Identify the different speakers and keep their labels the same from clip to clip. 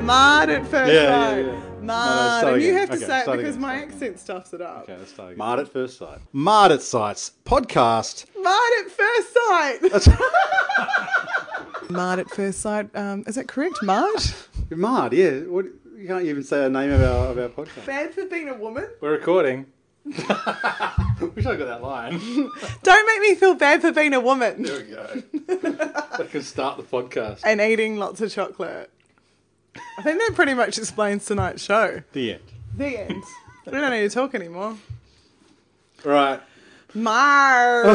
Speaker 1: at first
Speaker 2: Yeah, yeah,
Speaker 1: sight.
Speaker 2: yeah.
Speaker 1: Mard.
Speaker 2: start
Speaker 1: and you
Speaker 2: again.
Speaker 1: have to
Speaker 2: Okay,
Speaker 1: say it
Speaker 2: start
Speaker 1: because
Speaker 2: again.
Speaker 1: my accent stuffs it up.
Speaker 2: Okay, let's start again.
Speaker 3: Mart at First Sight. Mart at Sights podcast.
Speaker 1: Mud at first sight. Mud at first sight. Um, is that correct, Mud?
Speaker 3: Mart, yeah. What, you can't even say the name of our, of our podcast.
Speaker 1: Bad for being a woman.
Speaker 2: We're recording. Wish I got that line.
Speaker 1: Don't make me feel bad for being a woman
Speaker 2: There we go. I can start the podcast.
Speaker 1: and eating lots of chocolate. I think that pretty much explains tonight's show.
Speaker 2: The end.
Speaker 1: The end. We don't need to talk anymore.
Speaker 3: Right.
Speaker 1: Mar.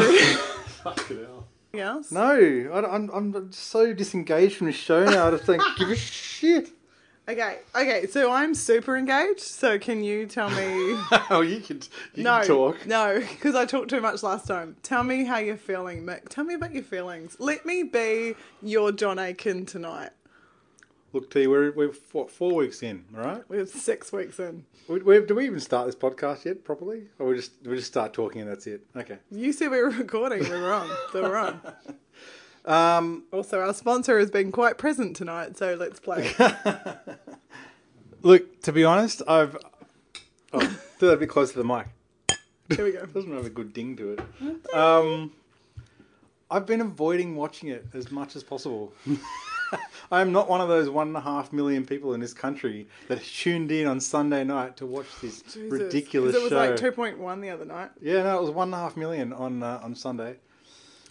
Speaker 2: Fucking hell.
Speaker 1: Yes.
Speaker 3: No, I, am I'm so disengaged from this show now. I just don't give a shit.
Speaker 1: Okay. Okay. So I'm super engaged. So can you tell me?
Speaker 3: Oh, you can, you
Speaker 1: No,
Speaker 3: can talk.
Speaker 1: no, because I talked too much last time. Tell me how you're feeling, Mick. Tell me about your feelings. Let me be your John Aiken tonight.
Speaker 3: Look, T, we're, we're four, four weeks in, all right?
Speaker 1: We're six weeks in.
Speaker 3: We, we, do we even start this podcast yet properly? Or we just, we just start talking and that's it? Okay.
Speaker 1: You said we were recording. We were on. So we're on.
Speaker 3: Um,
Speaker 1: Also, our sponsor has been quite present tonight. So let's play.
Speaker 3: look, to be honest, I've. Oh, do that a bit close to the mic.
Speaker 1: Here we go.
Speaker 3: doesn't have a good ding to it. Um, I've been avoiding watching it as much as possible. I am not one of those one and a half million people in this country that tuned in on Sunday night to watch this
Speaker 1: Jesus.
Speaker 3: ridiculous
Speaker 1: 'Cause It was
Speaker 3: show.
Speaker 1: like two point one the other night.
Speaker 3: yeah, no, it was one and a half million on uh, on Sunday.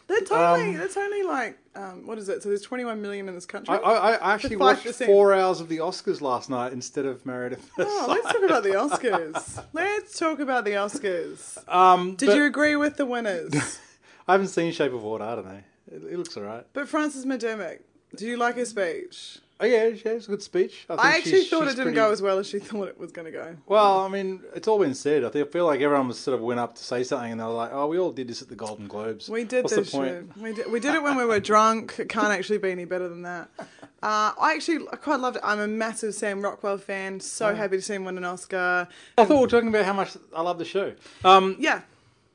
Speaker 1: That's only. that's only like um, what is it? So there's twenty one million in this country.
Speaker 3: I, I, I actually
Speaker 1: The
Speaker 3: watched
Speaker 1: 5%.
Speaker 3: four hours of the Oscars last night instead of Married at First
Speaker 1: Oh,
Speaker 3: Sight.
Speaker 1: let's talk about the Oscars. Let's talk about the Oscars.
Speaker 3: Um,
Speaker 1: Did you agree with the winners?
Speaker 3: I haven't seen Shape of Water. I don't know. It, it looks alright.
Speaker 1: But Frances McDormand, do you like her speech?
Speaker 3: Oh yeah, yeah, it was a good speech. think
Speaker 1: I actually
Speaker 3: she's-
Speaker 1: thought
Speaker 3: she's
Speaker 1: it didn't
Speaker 3: pretty-
Speaker 1: go as well as she thought it was going to go.
Speaker 3: Well, I mean, it's all been said. I think- I feel like everyone was sort of went up to say something, and they were like, "Oh, we all did this at the Golden Globes."
Speaker 1: We did
Speaker 3: What's
Speaker 1: this.
Speaker 3: the point?
Speaker 1: shit. We did, we did it when we were drunk. It can't actually be any better than that. Uh, I actually I quite loved it. I'm a massive Sam Rockwell fan.
Speaker 3: Oh.
Speaker 1: So happy to see him win an Oscar. Um,
Speaker 3: I thought we were talking about how much I love the show. Um,
Speaker 1: Yeah,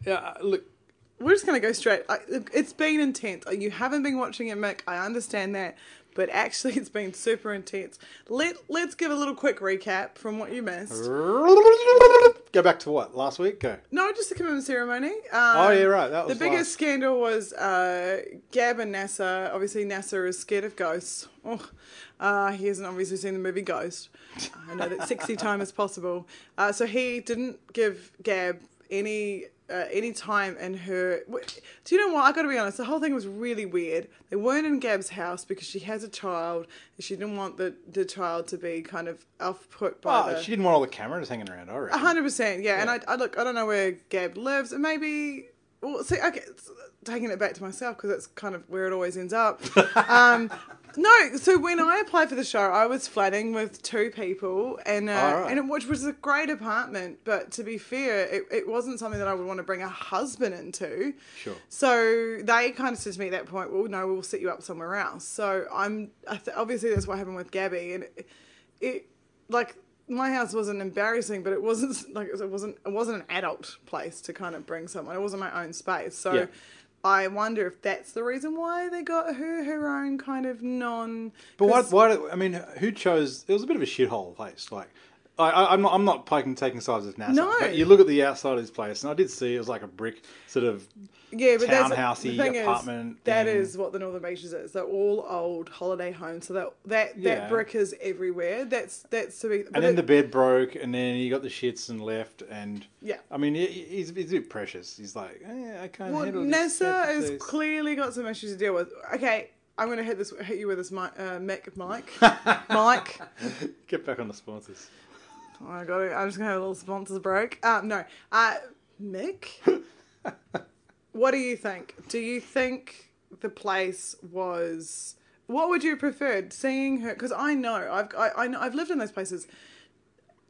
Speaker 3: yeah, uh, look,
Speaker 1: we're just going to go straight. I, look, it's been intense. Uh, You haven't been watching it, Mick. I understand that, but actually, it's been super intense. Let Let's give a little quick recap from what you missed.
Speaker 3: go back to what last week. Go.
Speaker 1: No, just the commitment ceremony. Um,
Speaker 3: Oh, yeah, right, that was
Speaker 1: the biggest
Speaker 3: last.
Speaker 1: scandal was uh, Gab and NASA. Obviously, NASA is scared of ghosts. Oh, uh, he hasn't obviously seen the movie Ghost. I know that sexy time is possible. Uh, so he didn't give Gab any. Uh, any time in her, w- do you know what? I got to be honest. The whole thing was really weird. They weren't in Gab's house because she has a child. And she didn't want the, the child to be kind of off put by.
Speaker 3: Oh,
Speaker 1: the...
Speaker 3: she didn't want all the cameras hanging around. I
Speaker 1: A
Speaker 3: reckon.
Speaker 1: hundred percent, yeah. And I, I look, I don't know where Gab lives, and maybe. Well, see, okay, it's taking it back to myself because that's kind of where it always ends up. um, no, so when I applied for the show, I was flatting with two people, and uh,
Speaker 3: All right.
Speaker 1: and it, which was a great apartment, but to be fair, it, it wasn't something that I would want to bring a husband into.
Speaker 3: Sure.
Speaker 1: So they kind of said to me at that point, "Well, no, we'll set you up somewhere else." So I'm I th- obviously that's what happened with Gabby, and it, it like my house wasn't embarrassing, but it wasn't like it wasn't it wasn't an adult place to kind of bring someone. It wasn't my own space, so.
Speaker 3: Yeah.
Speaker 1: I wonder if that's the reason why they got her her own kind of non.
Speaker 3: But why? Why? do- I mean, who chose? It was a bit of a shithole place. Like, I, I, I'm not. I'm not piking taking sides with NASA.
Speaker 1: No.
Speaker 3: But you look at the outside of this place, and I did see it was like a brick sort of.
Speaker 1: yeah, but that's
Speaker 3: townhousey
Speaker 1: the thing Is,
Speaker 3: apartment
Speaker 1: that
Speaker 3: thing.
Speaker 1: is what the Northern Beaches is. They're all old holiday homes, so that that, that
Speaker 3: Yeah.
Speaker 1: brick is everywhere. That's that's to be. but
Speaker 3: And then
Speaker 1: it-
Speaker 3: the bed broke, and then he got the shits and left. And
Speaker 1: Yeah.
Speaker 3: I mean, he, he's, he's a bit precious. He's like, eh, I can't
Speaker 1: Well,
Speaker 3: handle this.
Speaker 1: NASA
Speaker 3: this,
Speaker 1: has
Speaker 3: this."
Speaker 1: clearly got some issues to deal with. Okay, I'm going to hit this hit you with this mic, uh, Mick, Mike, Mike.
Speaker 3: Get back on the sponsors.
Speaker 1: Oh my god, I'm just going to have a little sponsors break. Uh, no, uh, Mick. what do you think? Do you think the place was? What would you have preferred seeing her? Because I know I've I, I know, I've lived in those places.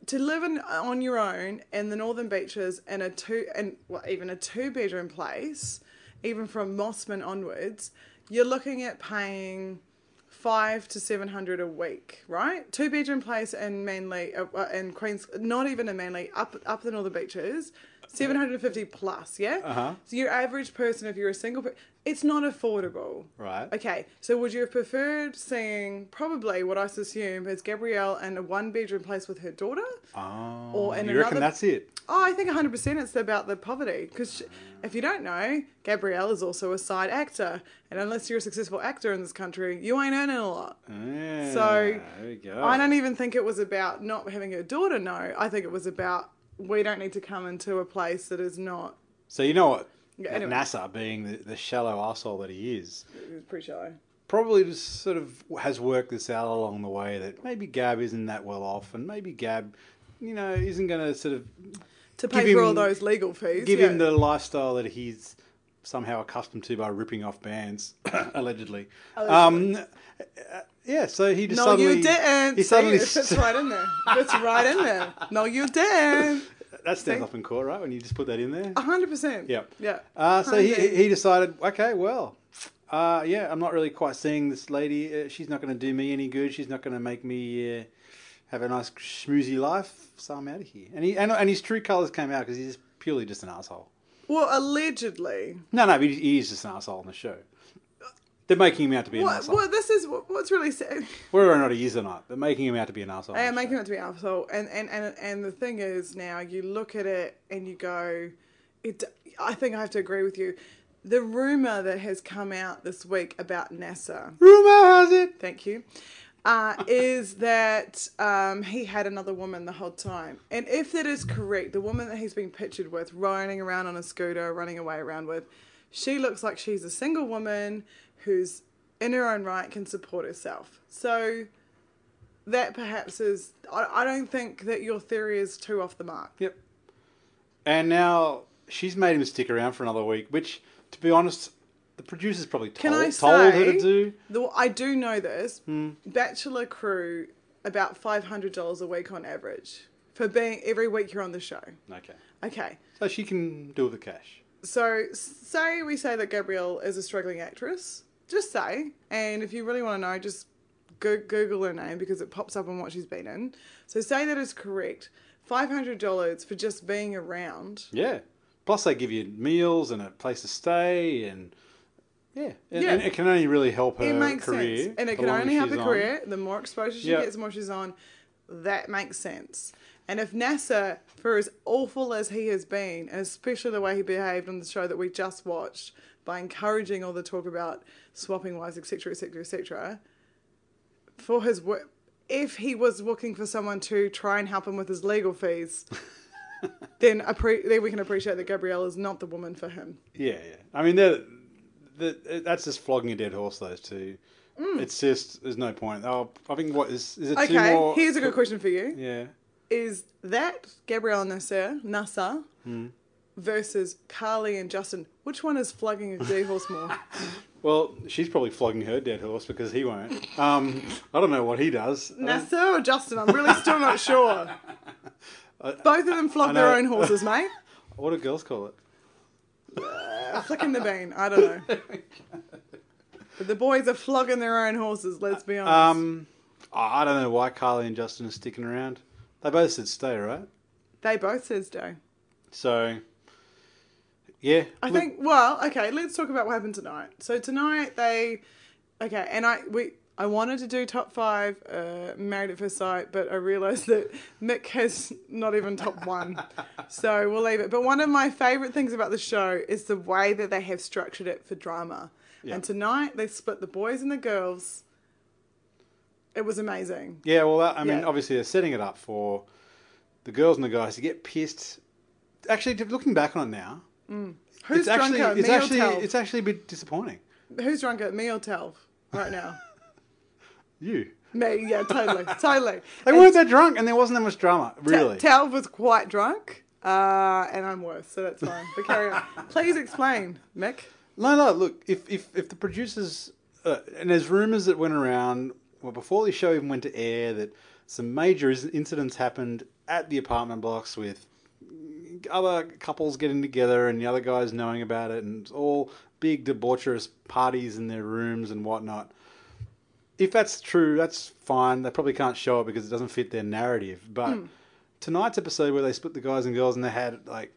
Speaker 1: to live in, on your own in the northern beaches in a two and well even a two bedroom place even from mossman onwards you're looking at paying five to seven hundred a week right two bedroom place in manly uh, uh, in queens not even in manly up up the northern beaches 750 plus, yeah?
Speaker 3: Uh-huh.
Speaker 1: So your average person, if you're a single person, it's not affordable.
Speaker 3: Right.
Speaker 1: Okay, so would you have preferred seeing probably what I assume is Gabrielle in a one bedroom place with her daughter?
Speaker 3: Oh,
Speaker 1: Or in
Speaker 3: you reckon
Speaker 1: another-
Speaker 3: that's it?
Speaker 1: Oh, I think 100% it's about the poverty. Because if you don't know, Gabrielle is also a side actor. And unless you're a successful actor in this country, you ain't earning a lot.
Speaker 3: Yeah,
Speaker 1: So,
Speaker 3: there you go.
Speaker 1: I don't even think it was about not having her daughter know. I think it was about we don't need to come into a place that is not.
Speaker 3: So you know what?
Speaker 1: Yeah,
Speaker 3: That
Speaker 1: anyway.
Speaker 3: NASA, being the, the shallow asshole that he is,
Speaker 1: It was pretty shallow.
Speaker 3: probably just sort of has worked this out along the way that maybe Gab isn't that well off, and maybe Gab, you know, isn't going to sort of
Speaker 1: To pay
Speaker 3: Give
Speaker 1: for
Speaker 3: him-
Speaker 1: all those legal fees.
Speaker 3: give
Speaker 1: yeah.
Speaker 3: him the lifestyle that he's somehow accustomed to by ripping off bands, allegedly. Um, uh, yeah, so he just
Speaker 1: No,
Speaker 3: suddenly
Speaker 1: you didn't.
Speaker 3: He
Speaker 1: See,
Speaker 3: suddenly
Speaker 1: it fits right in there. It's right in there. No, you didn't.
Speaker 3: that stands
Speaker 1: See?
Speaker 3: up in court, right? When you just put that in there.
Speaker 1: hundred percent.
Speaker 3: Yep.
Speaker 1: Yeah.
Speaker 3: Uh, so he,
Speaker 1: Hundred.
Speaker 3: he decided, okay, well, uh, yeah, I'm not really quite seeing this lady. Uh, she's not going to do me any good. She's not going to make me uh, have a nice schmoozy life. So I'm out of here. And he and, and his true colors came out because he's purely just an asshole.
Speaker 1: Well, allegedly.
Speaker 3: No, no, but he, he is just an asshole on the show. They're making him out to be an
Speaker 1: What?
Speaker 3: asshole,
Speaker 1: Well, this is what- what's really sad.
Speaker 3: whether or not he is or not. They're making him out to be an asshole.
Speaker 1: I am making it to be an asshole, and and and and the thing is now you look at it and you go, it. I think I have to agree with you. The rumor that has come out this week about NASA.
Speaker 3: rumor has it.
Speaker 1: Thank you. Uh, is that um, he had another woman the whole time. And if that is correct, the woman that he's been pictured with, riding around on a scooter, running away around with, she looks like she's a single woman who's in her own right can support herself. So that perhaps is, I, I don't think that your theory is too off the mark.
Speaker 3: Yep. And now she's made him stick around for another week, which, to be honest, the producers probably told,
Speaker 1: Can I
Speaker 3: told her
Speaker 1: say-
Speaker 3: to do.
Speaker 1: The, I do know this. Bachelor crew, about $500 a week on average for being every week you're on the show.
Speaker 3: Okay.
Speaker 1: Okay.
Speaker 3: So she can do with the cash.
Speaker 1: So, say we say that Gabrielle is a struggling actress. Just say. And if you really want to know, just go- Google her name because it pops up on what she's been in. So, say that is correct. $500 for just being around.
Speaker 3: Yeah. Plus, they give you meals and a place to stay, and yeah, and,
Speaker 1: Yeah.
Speaker 3: and it can only really help her
Speaker 1: it makes
Speaker 3: career.
Speaker 1: sense. And it
Speaker 3: the
Speaker 1: can
Speaker 3: longer
Speaker 1: only help
Speaker 3: she's
Speaker 1: her
Speaker 3: on.
Speaker 1: career. The more exposure she
Speaker 3: Yeah.
Speaker 1: gets, the more she's on. That makes sense. And if NASA, for as awful as he has been, and especially the way he behaved on the show that we just watched, by encouraging all the talk about swapping wives, etc., etc., etc., for his work, if he was looking for someone to try and help him with his legal fees, then, appre- then we can appreciate that Gabrielle is not the woman for him.
Speaker 3: Yeah, yeah. I mean, they're, the that's just flogging a dead horse. Those two. It's just there's no point. Oh, I think what is is it two
Speaker 1: Mm. Okay,
Speaker 3: more?
Speaker 1: here's a good question for you.
Speaker 3: Yeah.
Speaker 1: is that Gabrielle Nasser, Nasser
Speaker 3: Hmm.
Speaker 1: versus Carly and Justin. Which one is flogging a dead horse more?
Speaker 3: Well, she's probably flogging her dead horse because he won't. Um, I don't know what he does.
Speaker 1: Nasser or Justin? I'm really still not sure. Both of them flog their
Speaker 3: know.
Speaker 1: own horses, mate.
Speaker 3: What do girls call it?
Speaker 1: Flicking the bean. I don't know. But the boys are flogging their own horses, let's be honest.
Speaker 3: Um, I I don't know why Carly and Justin are sticking around. They both said stay, right?
Speaker 1: they both says do.
Speaker 3: So, yeah.
Speaker 1: I
Speaker 3: look,
Speaker 1: think. Well, okay. Let's talk about what happened tonight. So tonight they, okay, and I we I wanted to do top five uh, married at first sight, but I realised that Mick has not even top one, so we'll leave it. But one of my favourite things about the show is the way that they have structured it for drama.
Speaker 3: Yeah.
Speaker 1: And tonight they split the boys and the girls. It was amazing.
Speaker 3: Yeah, well, that, I mean,
Speaker 1: Yeah.
Speaker 3: obviously they're setting it up for the girls and the guys to get pissed. Actually, looking back on it now,
Speaker 1: Who's
Speaker 3: it's
Speaker 1: drunker,
Speaker 3: actually it's
Speaker 1: me
Speaker 3: actually
Speaker 1: or Telv?
Speaker 3: it's actually a bit disappointing.
Speaker 1: Who's drunker, me or Telv, right now?
Speaker 3: You.
Speaker 1: me, yeah, totally, totally.
Speaker 3: They
Speaker 1: And
Speaker 3: weren't that drunk, and there wasn't that much drama,
Speaker 1: Ta-
Speaker 3: really.
Speaker 1: Tal was quite drunk, uh, and I'm worse, so that's fine. But carry on. Please explain, Mick.
Speaker 3: No, no. Look, if if if the producers uh, and there's rumors that went around well, before the show even went to air that some major is- incidents happened at the apartment blocks with other couples getting together and the other guys knowing about it and it's all big debaucherous parties in their rooms and whatnot. If that's true, that's fine. They probably can't show it because it
Speaker 1: Hmm.
Speaker 3: doesn't fit their narrative. But tonight's episode where they split the guys and girls and they had like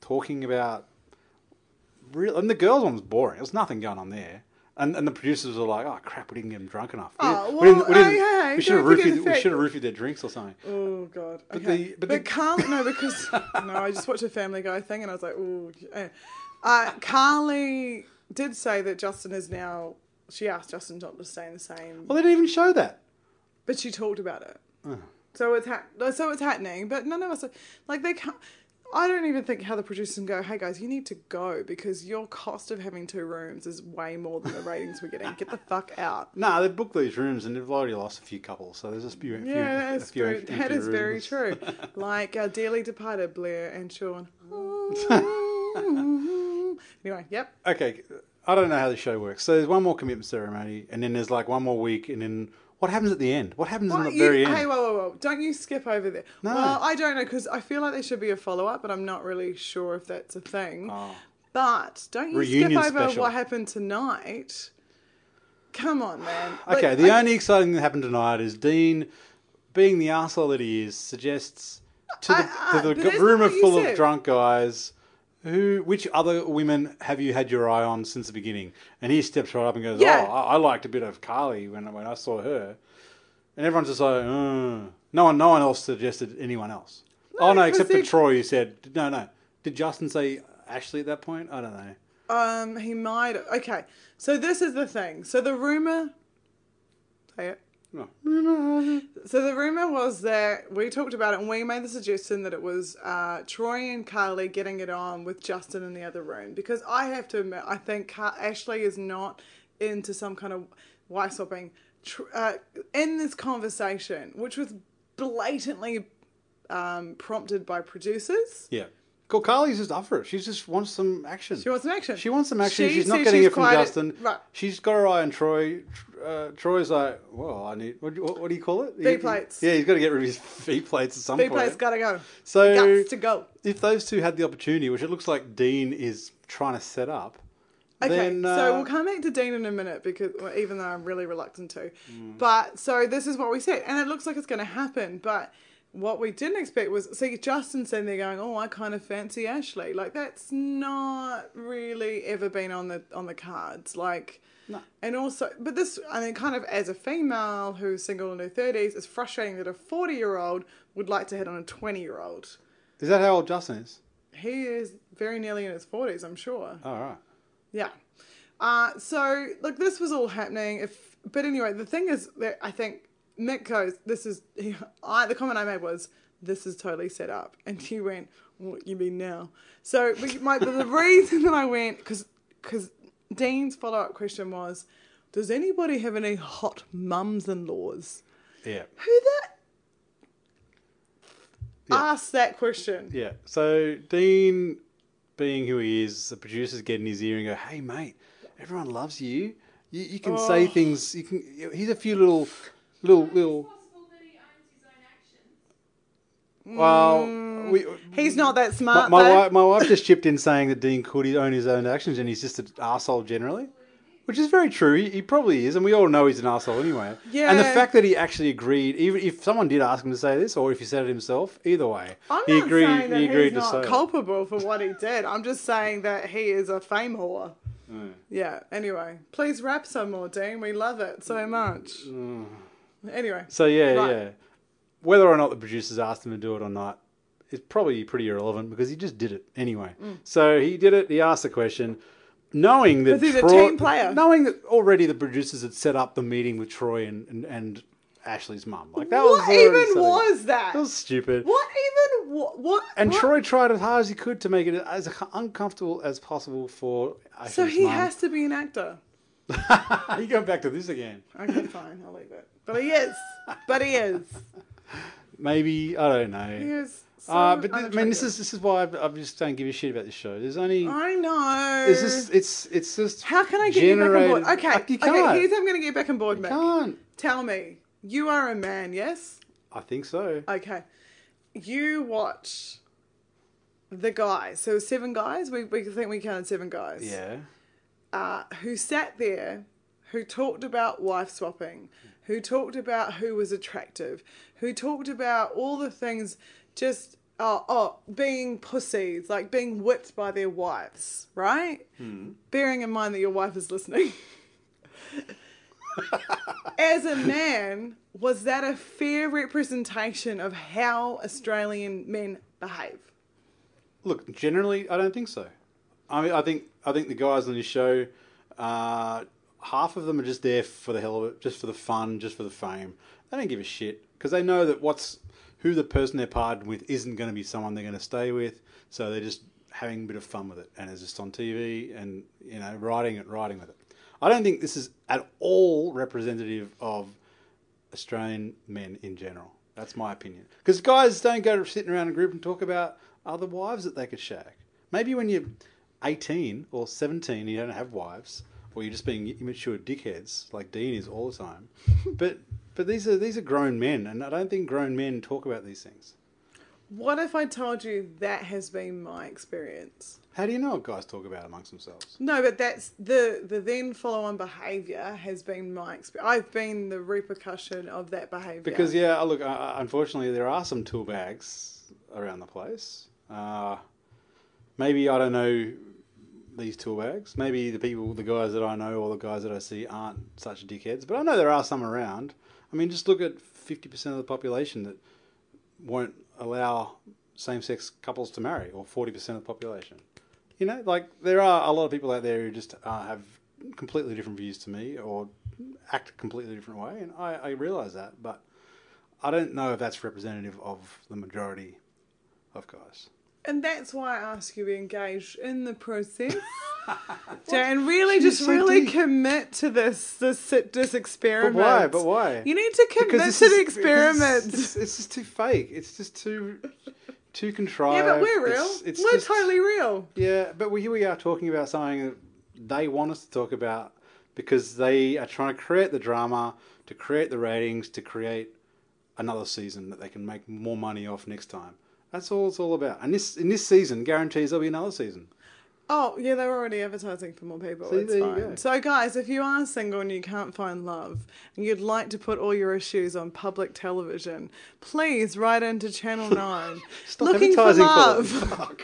Speaker 3: talking about real and the girls one was boring. There was nothing going on there. And, and the producers were like, "Oh crap, we didn't get them drunk enough. We
Speaker 1: Oh,
Speaker 3: didn't- we didn't-
Speaker 1: well,
Speaker 3: we didn't-
Speaker 1: hey, hey,
Speaker 3: we should have
Speaker 1: don't forget
Speaker 3: roofied,
Speaker 1: the
Speaker 3: we
Speaker 1: fact-
Speaker 3: should have roofied their drinks or something."
Speaker 1: Oh god. Okay. But,
Speaker 3: the- but the-
Speaker 1: Carl no because no, I just watched a Family Guy thing and I was like, ooh. eh. Uh, Carly did say that Justin is now. She asked Justin not to stay in the same,
Speaker 3: Well, they didn't even show that.
Speaker 1: but she talked about it.
Speaker 3: Uh.
Speaker 1: So it's ha- so it's happening, but none of us are, like they can't. I don't even think how the producers can go, hey guys, you need to go because your cost of having two rooms is way more than the ratings we're getting. Get the fuck out.
Speaker 3: No, they booked these rooms and they've already lost a few couples, so there's a few. a few-
Speaker 1: Yeah,
Speaker 3: a
Speaker 1: that's
Speaker 3: few
Speaker 1: very,
Speaker 3: empty
Speaker 1: that is very
Speaker 3: rooms.
Speaker 1: true. Like our dearly departed Blair and Sean. anyway, yep.
Speaker 3: Okay, I don't know how the show works. So there's one more commitment ceremony, and then there's like one more week, and then what happens at the end? What happens in
Speaker 1: Why
Speaker 3: the
Speaker 1: you-
Speaker 3: very
Speaker 1: hey,
Speaker 3: end?
Speaker 1: whoa, whoa, whoa! Don't you skip over there?
Speaker 3: No.
Speaker 1: Well, I don't know because I feel like there should be a follow up, but I'm not really sure if that's a thing.
Speaker 3: Oh.
Speaker 1: But don't you
Speaker 3: Reunion
Speaker 1: skip over
Speaker 3: special.
Speaker 1: what happened tonight? Come on, man.
Speaker 3: Okay,
Speaker 1: Like,
Speaker 3: the
Speaker 1: I-
Speaker 3: only exciting thing that happened tonight is Dean, being the arsehole that he is, suggests to the,
Speaker 1: I- I-
Speaker 3: to
Speaker 1: but
Speaker 3: the
Speaker 1: that's
Speaker 3: g- room
Speaker 1: not what you
Speaker 3: full of
Speaker 1: said.
Speaker 3: drunk guys, who which other women have you had your eye on since the beginning? And he steps right up and goes,
Speaker 1: Yeah.
Speaker 3: "Oh, I, I liked a bit of Carly when when I saw her," and everyone's just like, "Mm." "No one, no one else suggested anyone else." oh no,
Speaker 1: 'cause
Speaker 3: except for
Speaker 1: they-
Speaker 3: Troy, who said, "No, no." Did Justin say Ashley at that point? I don't know.
Speaker 1: Um, he might. Okay, so this is the thing. So the rumor. Say it.
Speaker 3: No.
Speaker 1: So the rumor was that we talked about it, and we made the suggestion that it was uh, Troy and Carly getting it on with Justin in the other room. Because I have to admit, I think Car- Ashley is not into some kind of wife swapping. Tr- uh, in this conversation, which was blatantly um, prompted by producers,
Speaker 3: Yeah. Cool. Carly's just up for it. She just wants some action.
Speaker 1: she wants some action.
Speaker 3: She wants some action.
Speaker 1: She
Speaker 3: she's not
Speaker 1: said
Speaker 3: getting
Speaker 1: she's
Speaker 3: it from
Speaker 1: quite a-
Speaker 3: Justin.
Speaker 1: Right.
Speaker 3: She's got her eye on Troy. Tr- Uh, Troy's like, well, I need. What, do you- what, what do you call it?
Speaker 1: Feet plates.
Speaker 3: Yeah, he's got to get rid of his feet plates at some
Speaker 1: Big
Speaker 3: point.
Speaker 1: play's gotta go.
Speaker 3: So
Speaker 1: Guts to go.
Speaker 3: if those two had the opportunity, which it looks like Dean is trying to set up,
Speaker 1: Okay,
Speaker 3: then uh,
Speaker 1: so we'll come back to Dean in a minute because, well, even though I'm really reluctant to,
Speaker 3: Mm.
Speaker 1: but so this is what we said, and it looks like it's going to happen. But what we didn't expect was see Justin sitting there going, "Oh, I kind of fancy Ashley." Like that's not really ever been on the on the cards. Like,
Speaker 3: No.
Speaker 1: and also, but this, I mean, kind of as a female who's single in her thirties, it's frustrating that a forty year old would like to hit on a twenty year old.
Speaker 3: is that how old Justin is? Oh,
Speaker 1: He is very nearly in his forties, I'm sure.
Speaker 3: All right.
Speaker 1: Yeah. Uh, so look, this was all happening. If but anyway, the thing is that I think Mick goes, "This is." He, I the comment I made was, "This is totally set up," and he went, "What you mean now?" So but my, but the reason that I went because because Dean's follow up question was, "Does anybody have any hot mums in laws?"
Speaker 3: Yeah.
Speaker 1: Who the
Speaker 3: Yeah.
Speaker 1: asked that question?
Speaker 3: Yeah. So Dean, being who he is, the producers get in his ear and go, "Hey, mate, everyone loves you. You, you can
Speaker 1: Oh.
Speaker 3: say things. You can. Here's a few little, little, little. Well,
Speaker 1: Mm.
Speaker 3: we,
Speaker 1: He's not that
Speaker 3: my,
Speaker 1: smart.
Speaker 3: my
Speaker 1: though.
Speaker 3: wife, my wife just chipped in saying that Dean could own his own actions and he's just an arsehole generally, which is very true. He, he probably is, and we all know he's an arsehole anyway. And the
Speaker 1: Yeah.
Speaker 3: fact that he actually agreed, even if someone did ask him to say this, or if he said it himself, either way,
Speaker 1: I'm
Speaker 3: he
Speaker 1: not
Speaker 3: agreed.
Speaker 1: saying that
Speaker 3: he agreed
Speaker 1: he's
Speaker 3: to
Speaker 1: not
Speaker 3: say. it.
Speaker 1: culpable for what he did. I'm just saying that he is a fame whore.
Speaker 3: Mm.
Speaker 1: Yeah. Anyway, please rap some more, Dean. We love it so much. Anyway.
Speaker 3: Mm. So yeah,
Speaker 1: Right.
Speaker 3: yeah. Whether or not the producers asked him to do it or not is probably pretty irrelevant because he just did it anyway.
Speaker 1: Mm.
Speaker 3: So he did it. He asked the question, knowing that
Speaker 1: Because he's a
Speaker 3: Troy-
Speaker 1: team player.
Speaker 3: knowing that already the producers had set up the meeting with Troy and and, and Ashley's mum. Like that was
Speaker 1: what
Speaker 3: already
Speaker 1: even
Speaker 3: set up.
Speaker 1: was that?
Speaker 3: That was stupid.
Speaker 1: What even wa- what?
Speaker 3: And
Speaker 1: what?
Speaker 3: Troy tried as hard as he could to make it as uncomfortable as possible for Ashley's
Speaker 1: So he
Speaker 3: mum.
Speaker 1: has to be an actor.
Speaker 3: you go back to this again.
Speaker 1: Okay, fine. I'll leave it. But he is. But he is.
Speaker 3: Maybe I don't know.
Speaker 1: He is. So
Speaker 3: uh, but th- I mean, this
Speaker 1: unattractive.
Speaker 3: is this is why I've, I've just don't give a shit about this show. There's only
Speaker 1: I know.
Speaker 3: it's just it's it's just
Speaker 1: How can I get you back on board?
Speaker 3: generated-
Speaker 1: Okay.
Speaker 3: Like, you can't.
Speaker 1: okay. Here's how I'm going to get back on board,
Speaker 3: You
Speaker 1: Mick.
Speaker 3: can't.
Speaker 1: Tell me, you are a man, yes?
Speaker 3: I think so.
Speaker 1: Okay. You watch the guys. So seven guys. We we think we counted seven guys.
Speaker 3: yeah.
Speaker 1: Uh, who sat there, who talked about wife swapping, who talked about who was attractive, who talked about all the things. Just oh, oh, being pussies, like being whipped by their wives, right? Bearing in mind that your wife is listening. As a man, was that a fair representation of how Australian men behave?
Speaker 3: Look, generally, I don't think so. I mean, I think I think the guys on this show, uh, half of them are just there for the hell of it, just for the fun, just for the fame. They don't give a shit because they know that what's who the person they're partnered with isn't going to be someone they're going to stay with. So they're just having a bit of fun with it, and it's just on TV and you know riding it, riding with it. I don't think this is at all representative of Australian men in general. That's my opinion. Because guys don't go sitting around a group and talk about other wives that they could shag. Maybe when you're 18 or 17 and you don't have wives, or you're just being immature dickheads like Dean is all the time. but but these are these are grown men, and I don't think grown men talk about these things.
Speaker 1: What if I told you that has been my experience?
Speaker 3: How do you know what guys talk about amongst themselves?
Speaker 1: No, but that's the the then follow on behavior has been my experience. I've been the repercussion of that behavior
Speaker 3: Because yeah, I look, uh, unfortunately, there are some tool bags around the place. Uh, maybe I don't know these tool bags. Maybe the people, the guys that I know, or the guys that I see, aren't such dickheads. But I know there are some around. I mean, just look at fifty percent of the population that won't allow same-sex couples to marry, or forty percent of the population. You know, like there are a lot of people out there who just uh, have completely different views to me, or act a completely different way, and I, I realize that. But I don't know if that's representative of the majority of guys.
Speaker 1: and that's why I ask you to engage in the process. Dan, really, just
Speaker 3: so
Speaker 1: really
Speaker 3: deep.
Speaker 1: commit to this this sit- this
Speaker 3: But
Speaker 1: experiment.
Speaker 3: why? But why?
Speaker 1: You need to commit
Speaker 3: it's
Speaker 1: to the
Speaker 3: just- because
Speaker 1: experiment.
Speaker 3: It's just, it's just too fake. It's just too too contrived.
Speaker 1: yeah, but we're real.
Speaker 3: It's, it's
Speaker 1: we're
Speaker 3: just-
Speaker 1: totally real.
Speaker 3: Yeah, but we- here we are talking about something that they want us to talk about because they are trying to create the drama, to create the ratings, to create another season that they can make more money off next time. That's all it's all about. And this in this season guarantees there'll be another season.
Speaker 1: Oh, yeah, they're already advertising for more people.
Speaker 3: See,
Speaker 1: it's
Speaker 3: there you
Speaker 1: fine.
Speaker 3: go.
Speaker 1: So, guys, if you are single and you can't find love and you'd like to put all your issues on public television, please write into Channel 9.
Speaker 3: Stop
Speaker 1: looking for
Speaker 3: advertising
Speaker 1: love.
Speaker 3: For them. Fuck.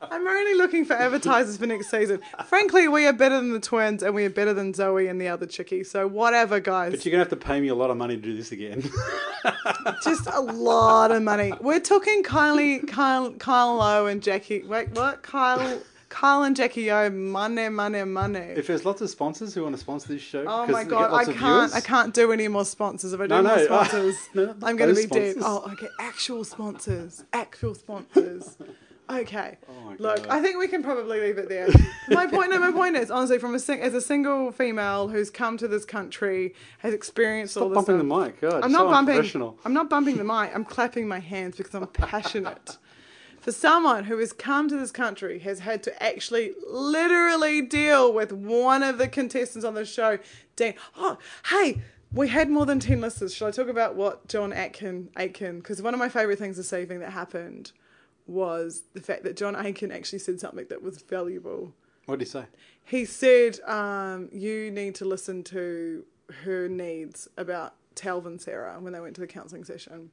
Speaker 1: I'm only looking for advertisers for next season. Frankly, we are better than the twins and we are better than Zoe and the other chickie. So, whatever, guys.
Speaker 3: But you're gonna have to pay me a lot of money to do this again.
Speaker 1: Just a lot of money. We're talking Kylie, Kyle, Kyle O and Jackie. Wait, what? Kyle, Kyle and Jackie O. Money, money, money.
Speaker 3: if there's lots of sponsors who want to sponsor this show,
Speaker 1: Oh
Speaker 3: 'cause
Speaker 1: my
Speaker 3: they get
Speaker 1: god, I
Speaker 3: lots of
Speaker 1: can't
Speaker 3: viewers-
Speaker 1: I can't do any more sponsors. If I do
Speaker 3: No,
Speaker 1: more
Speaker 3: no, uh,
Speaker 1: sponsors,
Speaker 3: no, not
Speaker 1: I'm gonna be
Speaker 3: those
Speaker 1: dead.
Speaker 3: sponsors.
Speaker 1: Oh, okay, actual sponsors. Actual sponsors. Okay.
Speaker 3: Oh my
Speaker 1: Look,
Speaker 3: God.
Speaker 1: I think we can probably leave it there. my point no, my point is honestly from a sing- as a single female who's come to this country, has experienced all
Speaker 3: Stop
Speaker 1: this
Speaker 3: bumping the
Speaker 1: stuff-
Speaker 3: mic. God,
Speaker 1: I'm not
Speaker 3: so
Speaker 1: bumping.
Speaker 3: unprofessional.
Speaker 1: I'm not bumping the mic. I'm clapping my hands because I'm passionate. For someone who has come to this country, has had to actually literally deal with one of the contestants on the show, Dan. Oh, hey, we had more than 10 listeners. Should I talk about what John Atkin, Aitken, because one of my favourite things this evening that happened was the fact that John Aitken actually said something that was valuable
Speaker 3: What did he say?
Speaker 1: he said um, you need to listen to her needs about Talv and Sarah when they went to the counselling session.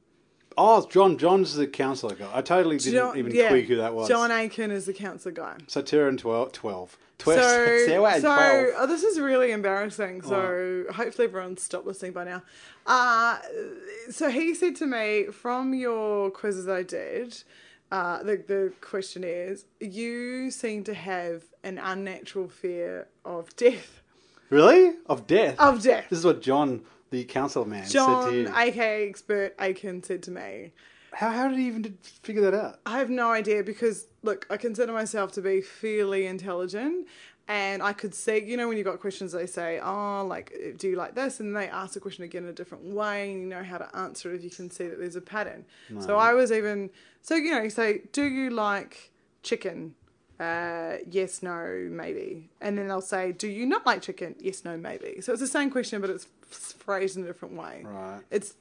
Speaker 3: Oh, it's John. John's the counselor guy. I totally didn't even
Speaker 1: yeah,
Speaker 3: tweak who that was.
Speaker 1: John Aiken is the counsellor guy.
Speaker 3: So Tara and 12. 12.
Speaker 1: So,
Speaker 3: 12. Sarah Oh. and
Speaker 1: so
Speaker 3: 12.
Speaker 1: oh, this is really embarrassing. So hopefully everyone's stopped listening by now. Uh, so he said to me from your quizzes I did, uh, the the question is you seem to have an unnatural fear of death.
Speaker 3: Really? Of death.
Speaker 1: Of death.
Speaker 3: This is what John, the council man, said to
Speaker 1: uh, John,
Speaker 3: you.
Speaker 1: aka expert Aiken, said to me,
Speaker 3: how, how did he even figure that out?
Speaker 1: I have no idea because, look, I consider myself to be fairly intelligent. And I could see, you know, when you got questions, they say, oh, like, do you like this? And they ask the question again in a different way, and you know how to answer it if you can see that there's a pattern. So I was even, so, you know, you say, do you like chicken? Uh, yes, no, maybe. And then they'll say, do you not like chicken? Yes, no, maybe. So it's the same question, but it's phrased in a different way.
Speaker 3: Right.
Speaker 1: It's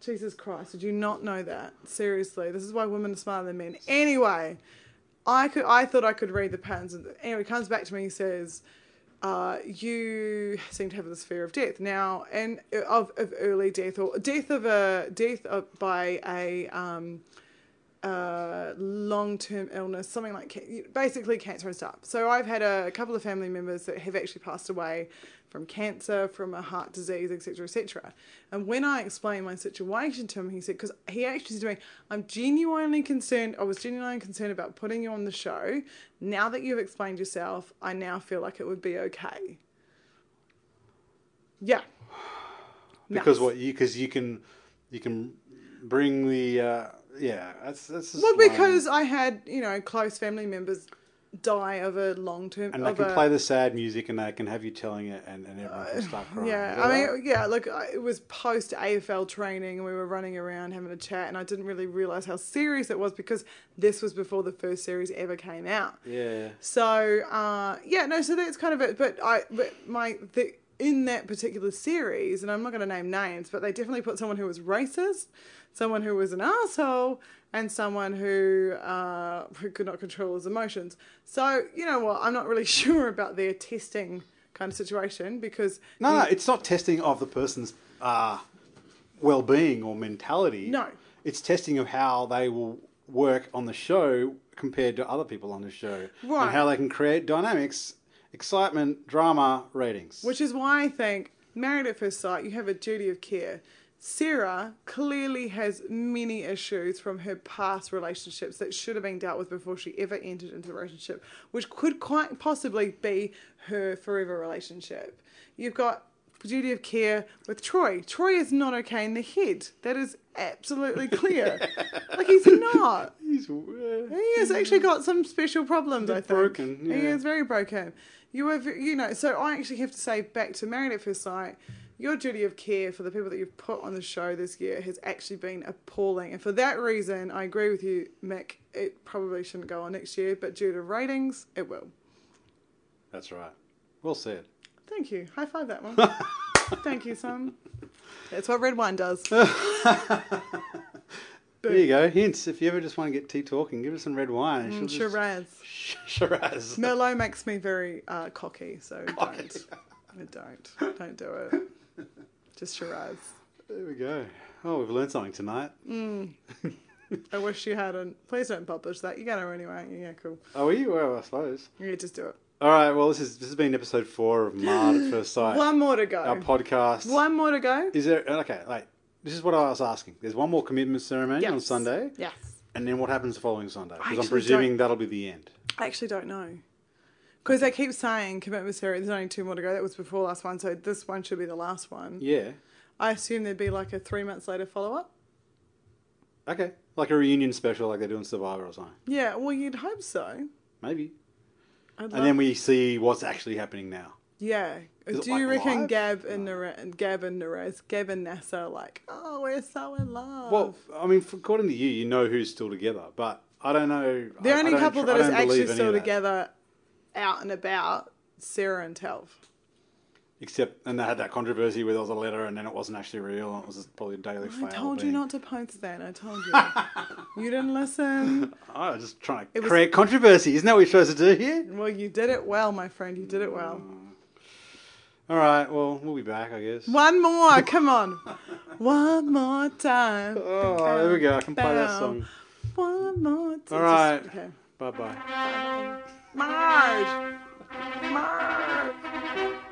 Speaker 1: Jesus Christ, did you not know that? Seriously, this is why women are smarter than men. Anyway, I could I thought I could read the patterns. And anyway, he comes back to me. He says, uh, "You seem to have this fear of death now, and uh, of, of early death or death of a death of, by a um, uh, long term illness, something like ca- basically cancer and stuff. So I've had a couple of family members that have actually passed away from cancer, from a heart disease, etc., etc. And when I explained my situation to him, he said, because he actually said to me, "I'm genuinely concerned. I was genuinely concerned about putting you on the show. Now that you've explained yourself, I now feel like it would be okay." Yeah. Nuts.
Speaker 3: because what you because you can you can bring the uh, yeah that's that's just
Speaker 1: Well,
Speaker 3: lame.
Speaker 1: because I had you know close family members die of a long term.
Speaker 3: and they can play the sad music and they can have you telling it and, and everyone can start crying.
Speaker 1: Yeah,
Speaker 3: Is that
Speaker 1: I
Speaker 3: right?
Speaker 1: mean, yeah. Look, I- it was post AFL training, and we were running around having a chat, and I didn't really realize how serious it was because this was before the first series ever came out.
Speaker 3: yeah.
Speaker 1: So uh, yeah, no. So that's kind of it. But I, but my the, in that particular series, and I'm not going to name names, but they definitely put someone who was racist, someone who was an asshole, and someone who uh, who could not control his emotions. So you know what? I'm not really sure about their testing kind of situation because
Speaker 3: No, no, it's not testing of the person's uh, well-being or mentality.
Speaker 1: No.
Speaker 3: it's testing of how they will work on the show compared to other people on the show,
Speaker 1: Right.
Speaker 3: and how they can create dynamics, excitement, drama, ratings.
Speaker 1: Which is why I think Married at First Sight, you have a duty of care. Sarah clearly has many issues from her past relationships that should have been dealt with before she ever entered into the relationship, which could quite possibly be her forever relationship. You've got duty of care with Troy. Troy is not okay in the head. That is absolutely clear. like he's not.
Speaker 3: He's, uh,
Speaker 1: He has actually got some special problems. I think
Speaker 3: broken,
Speaker 1: he
Speaker 3: yeah.
Speaker 1: is very broken. You have, you know. So I actually have to say, back to Married at First Sight, your duty of care for the people that you've put on the show this year has actually been appalling. And for that reason, I agree with you, Mick. It probably shouldn't go on next year, but due to ratings, it will.
Speaker 3: that's right. Well said.
Speaker 1: Thank you. High five that one. Thank you, son. That's what red wine does.
Speaker 3: There you go. Hints. If you ever just want to get tea talking, give us some red wine. She'll just-
Speaker 1: Mm, Shiraz.
Speaker 3: Shiraz.
Speaker 1: Merlot makes me very uh, cocky, so don't. Don't. Don't do it. Just Shiraz.
Speaker 3: There we go. Oh, we've learned something tonight.
Speaker 1: I wish you hadn't. Please don't publish that. You're going to anyway, aren't you? Yeah, cool.
Speaker 3: Oh, are you? Well, I suppose.
Speaker 1: Yeah, just do it.
Speaker 3: All right. Well, this is this has been episode four of Mard at First Sight.
Speaker 1: One more to
Speaker 3: Our
Speaker 1: go.
Speaker 3: podcast.
Speaker 1: One more to go.
Speaker 3: Is there? Okay. Like this is what I was asking. There's one more commitment ceremony on
Speaker 1: Yes.
Speaker 3: Sunday,
Speaker 1: Yes.
Speaker 3: and then what happens the following Sunday?
Speaker 1: I
Speaker 3: Because I'm
Speaker 1: actually
Speaker 3: presuming
Speaker 1: don't-
Speaker 3: that'll be the end.
Speaker 1: I actually don't know. Because they keep saying commitment series. There's only two more to go. That was before last one, so this one should be the last one.
Speaker 3: Yeah.
Speaker 1: I assume there'd be like a three months later follow up.
Speaker 3: Okay. Like a reunion special, like they do in Survivor or something.
Speaker 1: Yeah, well, you'd hope so.
Speaker 3: Maybe.
Speaker 1: I'd
Speaker 3: And then we see what's actually happening now.
Speaker 1: Yeah.
Speaker 3: Is it,
Speaker 1: Do you
Speaker 3: like,
Speaker 1: reckon
Speaker 3: live?
Speaker 1: Gab and Nare- Gab and Nerez, Gab and Nessa, are like, oh, we're so in love?
Speaker 3: Well, I mean, f- according to you, you know who's still together, but I don't know.
Speaker 1: the
Speaker 3: I- I
Speaker 1: only
Speaker 3: don't
Speaker 1: couple
Speaker 3: tr- I
Speaker 1: that is
Speaker 3: don't believe
Speaker 1: actually
Speaker 3: any of
Speaker 1: still
Speaker 3: that.
Speaker 1: together, out and about, Sarah and Telv.
Speaker 3: except and they had that controversy where there was a letter and then it wasn't actually real and it was just probably a daily fail.
Speaker 1: I told you
Speaker 3: thing.
Speaker 1: not to post that. I told you. you didn't listen.
Speaker 3: I was just trying to
Speaker 1: It was-
Speaker 3: create controversy. Isn't that what you're supposed to do here?
Speaker 1: Well, you did it well, my friend. You did it well.
Speaker 3: Mm. All right. Well, we'll be back, I guess.
Speaker 1: One more. Come on. One more time.
Speaker 3: Oh, there we go. I can play that
Speaker 1: Bow.
Speaker 3: song.
Speaker 1: One more time.
Speaker 3: All right.
Speaker 1: Just- okay.
Speaker 3: Bye bye.
Speaker 1: Marge! Marge!